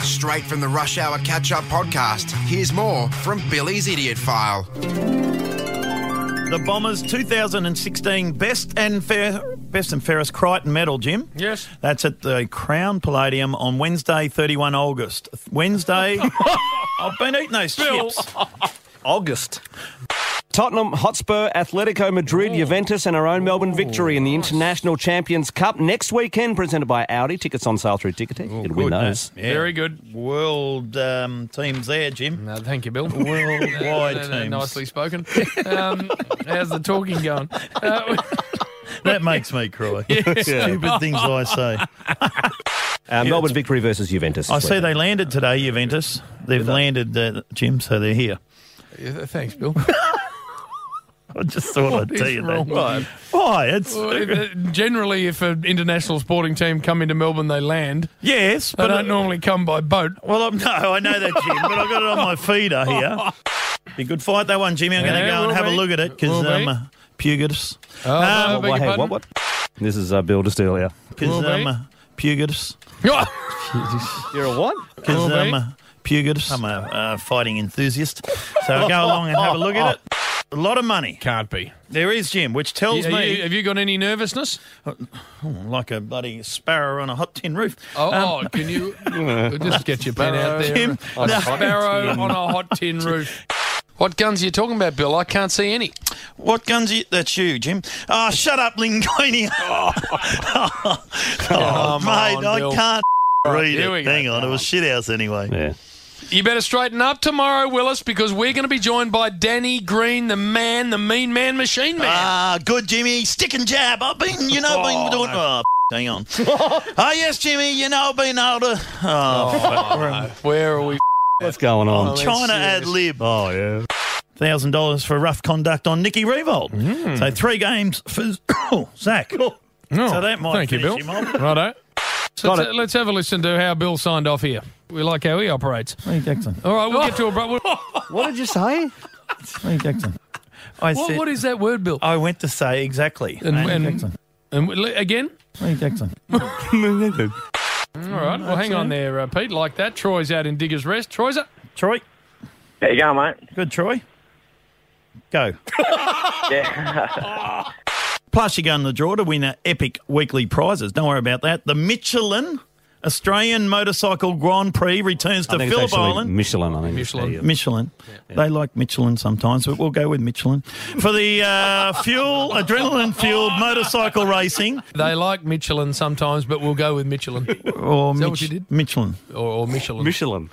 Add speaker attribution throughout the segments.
Speaker 1: straight from the Rush Hour Catch Up podcast. Here's more from Billy's Idiot File.
Speaker 2: The Bombers 2016 Best and Fair Best and Fairest Crichton Medal, Jim.
Speaker 3: Yes.
Speaker 2: That's at the Crown Palladium on Wednesday, 31 August. Wednesday. I've been eating those chips.
Speaker 4: August. Tottenham, Hotspur, Atletico Madrid, Juventus, and our own Melbourne victory in the International Champions Cup next weekend, presented by Audi. Tickets on sale through Ticketek. You can win those.
Speaker 2: Yeah.
Speaker 3: Very good.
Speaker 2: World um, teams there, Jim.
Speaker 3: No, Uh, thank you, Bill.
Speaker 2: Worldwide
Speaker 3: No, no, no,
Speaker 2: teams.
Speaker 3: Mm. Nicely spoken. Um, how's the talking going? Uh,
Speaker 2: That makes me cry. Stupid things I say.
Speaker 4: Uh, Melbourne victory versus Juventus.
Speaker 2: I
Speaker 4: this
Speaker 2: see
Speaker 4: weekend.
Speaker 2: they landed today, Juventus. They've landed, uh, Jim, so they're here.
Speaker 3: yeah, thanks, Bill.
Speaker 2: I just thought I'd
Speaker 3: is
Speaker 2: tell you
Speaker 3: wrong
Speaker 2: that.
Speaker 3: with
Speaker 2: Why?
Speaker 3: you?
Speaker 2: Why? It's
Speaker 3: Well, if, uh, Generally, if an international sporting team come into Melbourne, they land.
Speaker 2: yes,
Speaker 3: They
Speaker 2: but
Speaker 3: don't normally come by boat.
Speaker 2: Well, I'm, no, I know that, Jim, but I got it on my feeder here. Be a good fight that one, Jimmy. I'm going
Speaker 3: Oh. Yeah,
Speaker 2: to go and
Speaker 3: will
Speaker 2: have a
Speaker 3: be.
Speaker 2: look at it because
Speaker 3: Will be.
Speaker 2: um, Pugitus, Um,
Speaker 3: Oh, no, I beg
Speaker 4: Wha-
Speaker 3: your
Speaker 4: hey,
Speaker 3: pardon.
Speaker 4: what, what? This is uh, Bill just earlier.
Speaker 2: because
Speaker 3: Will be.
Speaker 2: um, Pugitus,
Speaker 4: You're a what?
Speaker 2: because
Speaker 3: Will be.
Speaker 2: um, Pugitus. I'm a uh, fighting enthusiast, so I'll go along and have a look at it. A lot of money
Speaker 3: Can't be.
Speaker 2: there is, Jim, which tells
Speaker 3: Are
Speaker 2: me
Speaker 3: you- have you got any nervousness?
Speaker 2: like a bloody sparrow on a hot tin roof.
Speaker 3: Oh, oh, can you just get your pen out there?
Speaker 2: Jim,
Speaker 3: A
Speaker 2: no.
Speaker 3: sparrow on a hot tin roof. What guns are you talking about, Bill? I can't see any.
Speaker 2: What guns? You, that's you, Jim. Oh, shut up, Linguini. oh,
Speaker 3: Come
Speaker 2: mate,
Speaker 3: on,
Speaker 2: I
Speaker 3: Bill.
Speaker 2: can't read
Speaker 3: here we
Speaker 2: it.
Speaker 3: go.
Speaker 2: Hang on, it was shit house anyway.
Speaker 4: Yeah.
Speaker 3: You better straighten up tomorrow, Willis, because we're going to be joined by Danny Green, the man, the mean man, machine man.
Speaker 2: Ah, good, Jimmy. Stick and jab. I've been, you know, been doing. Oh, hang on. oh, yes, Jimmy. You know, I've been older. Oh,
Speaker 3: Where are we?
Speaker 4: What's going on?
Speaker 2: China ad lib. Oh, yeah. Thousand dollars for rough conduct on Nicky Revolt.
Speaker 3: Mm.
Speaker 2: So three games for oh, Zach. so that might
Speaker 3: thank you,
Speaker 2: finish
Speaker 3: Bill.
Speaker 2: him off.
Speaker 3: Righto. So
Speaker 4: Got
Speaker 3: let's,
Speaker 4: it.
Speaker 3: let's have a listen to how Bill signed off here. We like how he operates.
Speaker 2: Lee Jackson.
Speaker 3: All right, we'll get to a. Bro- what,
Speaker 4: What did you say?
Speaker 2: Lee Jackson. I said,
Speaker 3: what is that word, Bill?
Speaker 2: I went to say exactly.
Speaker 3: And-
Speaker 2: Lee
Speaker 3: and-
Speaker 2: Jackson.
Speaker 3: And we- le- again?
Speaker 2: Lee Jackson.
Speaker 3: All right. Well, hang on there, uh, Pete. Like that. Troy's out in Diggers Rest. Troy's up.
Speaker 2: Troy.
Speaker 5: There you go, mate.
Speaker 2: Good, Troy. Go.
Speaker 5: Yeah.
Speaker 2: Plus, you go in the draw to win our epic weekly prizes. Don't worry about that. The Michelin Australian Motorcycle Grand Prix returns to
Speaker 4: I think it's
Speaker 2: Phillip
Speaker 4: actually
Speaker 2: Island.
Speaker 4: Michelin, I think.
Speaker 3: Michelin.
Speaker 4: Yeah, yeah.
Speaker 2: Michelin. They like Michelin sometimes, but we'll go with Michelin. For the uh, fuel, adrenaline fueled motorcycle racing.
Speaker 3: They like Michelin sometimes, but we'll go with Michelin
Speaker 2: Or
Speaker 3: that what you did?
Speaker 2: Michelin.
Speaker 3: or, or Michelin.
Speaker 4: Michelin.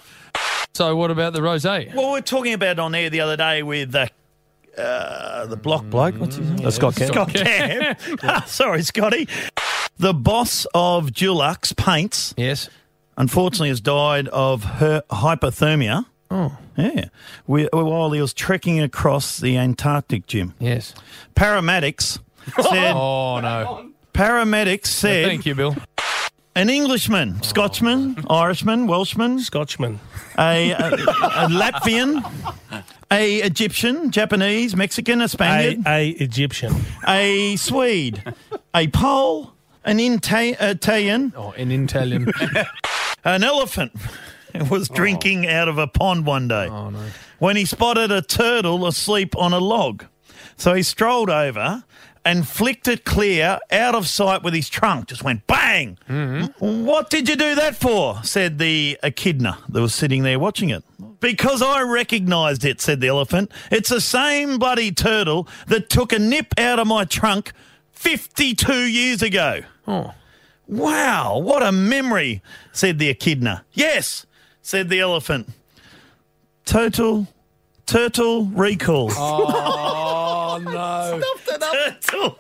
Speaker 3: So, what about the rosé?
Speaker 2: Well, we were talking about on air the other day with uh, uh, the
Speaker 3: Mm.
Speaker 2: block bloke. What's his name?
Speaker 4: That's Scott Kemp.
Speaker 2: Scott Cam. Sorry, Scotty. The boss of Dulux Paints,
Speaker 3: Yes.
Speaker 2: unfortunately, has died of her hypothermia. Oh. Yeah. We, while he was trekking across the Antarctic, Jim.
Speaker 3: Yes.
Speaker 2: Paramedics said,
Speaker 3: Oh no.
Speaker 2: paramedics said,
Speaker 3: Thank you, Oh. Bill.
Speaker 2: an Englishman, Scotsman, Irishman, Welshman,
Speaker 6: Scotchman.
Speaker 2: a, a, a Latvian, a Egyptian, Japanese, Mexican, a
Speaker 6: A,
Speaker 2: Spaniard,
Speaker 6: a Egyptian.
Speaker 2: a Swede, a Pole, an Ita- Italian,
Speaker 3: Oh, in Italian.
Speaker 2: an elephant was drinking out of a pond one day when he spotted a turtle asleep on a log. So he strolled over and flicked it clear out of sight with his trunk. Just went bang. What did you do that for? said the echidna that was sitting there watching it. Because I recognised it, said the elephant. It's the same bloody turtle that took a nip out of my trunk 52 years ago. Wow, what a memory, said the echidna. Yes, said the elephant. Total, turtle recall.
Speaker 3: oh no.
Speaker 2: Turtle.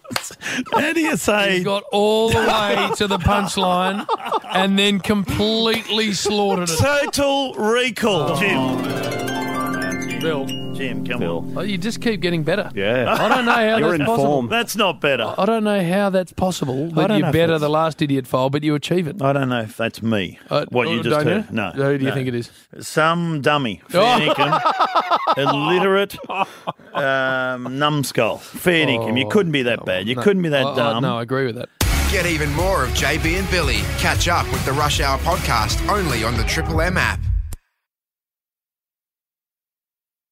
Speaker 2: How do you say?
Speaker 3: You got all the way to the punchline and then completely slaughtered it.
Speaker 2: Total recall. Jim,
Speaker 3: Bill,
Speaker 2: Jim, come on.
Speaker 3: oh, you just keep getting better.
Speaker 4: Yeah.
Speaker 3: I don't know how
Speaker 4: You're
Speaker 3: that's
Speaker 4: in
Speaker 3: possible.
Speaker 4: form.
Speaker 2: That's not better.
Speaker 3: I don't know how that's possible that
Speaker 2: don't know
Speaker 3: you're
Speaker 2: if
Speaker 3: better
Speaker 2: it's-
Speaker 3: the last idiot file, but you achieve it.
Speaker 2: I don't know if that's me.
Speaker 3: Uh,
Speaker 2: what
Speaker 3: oh,
Speaker 2: you just
Speaker 3: don't
Speaker 2: heard.
Speaker 3: you?
Speaker 2: No.
Speaker 3: Who do you
Speaker 2: no.
Speaker 3: think it is?
Speaker 2: Some dummy. Fair dinkum. illiterate
Speaker 3: Oh,
Speaker 2: um, numbskull. Fair dinkum. You couldn't be that bad. You couldn't be that
Speaker 3: I- I-
Speaker 2: dumb.
Speaker 3: Uh-uh, no, I agree with that.
Speaker 1: Get even more of JB and Billy. Catch up with the Rush Hour podcast only on the Triple M app.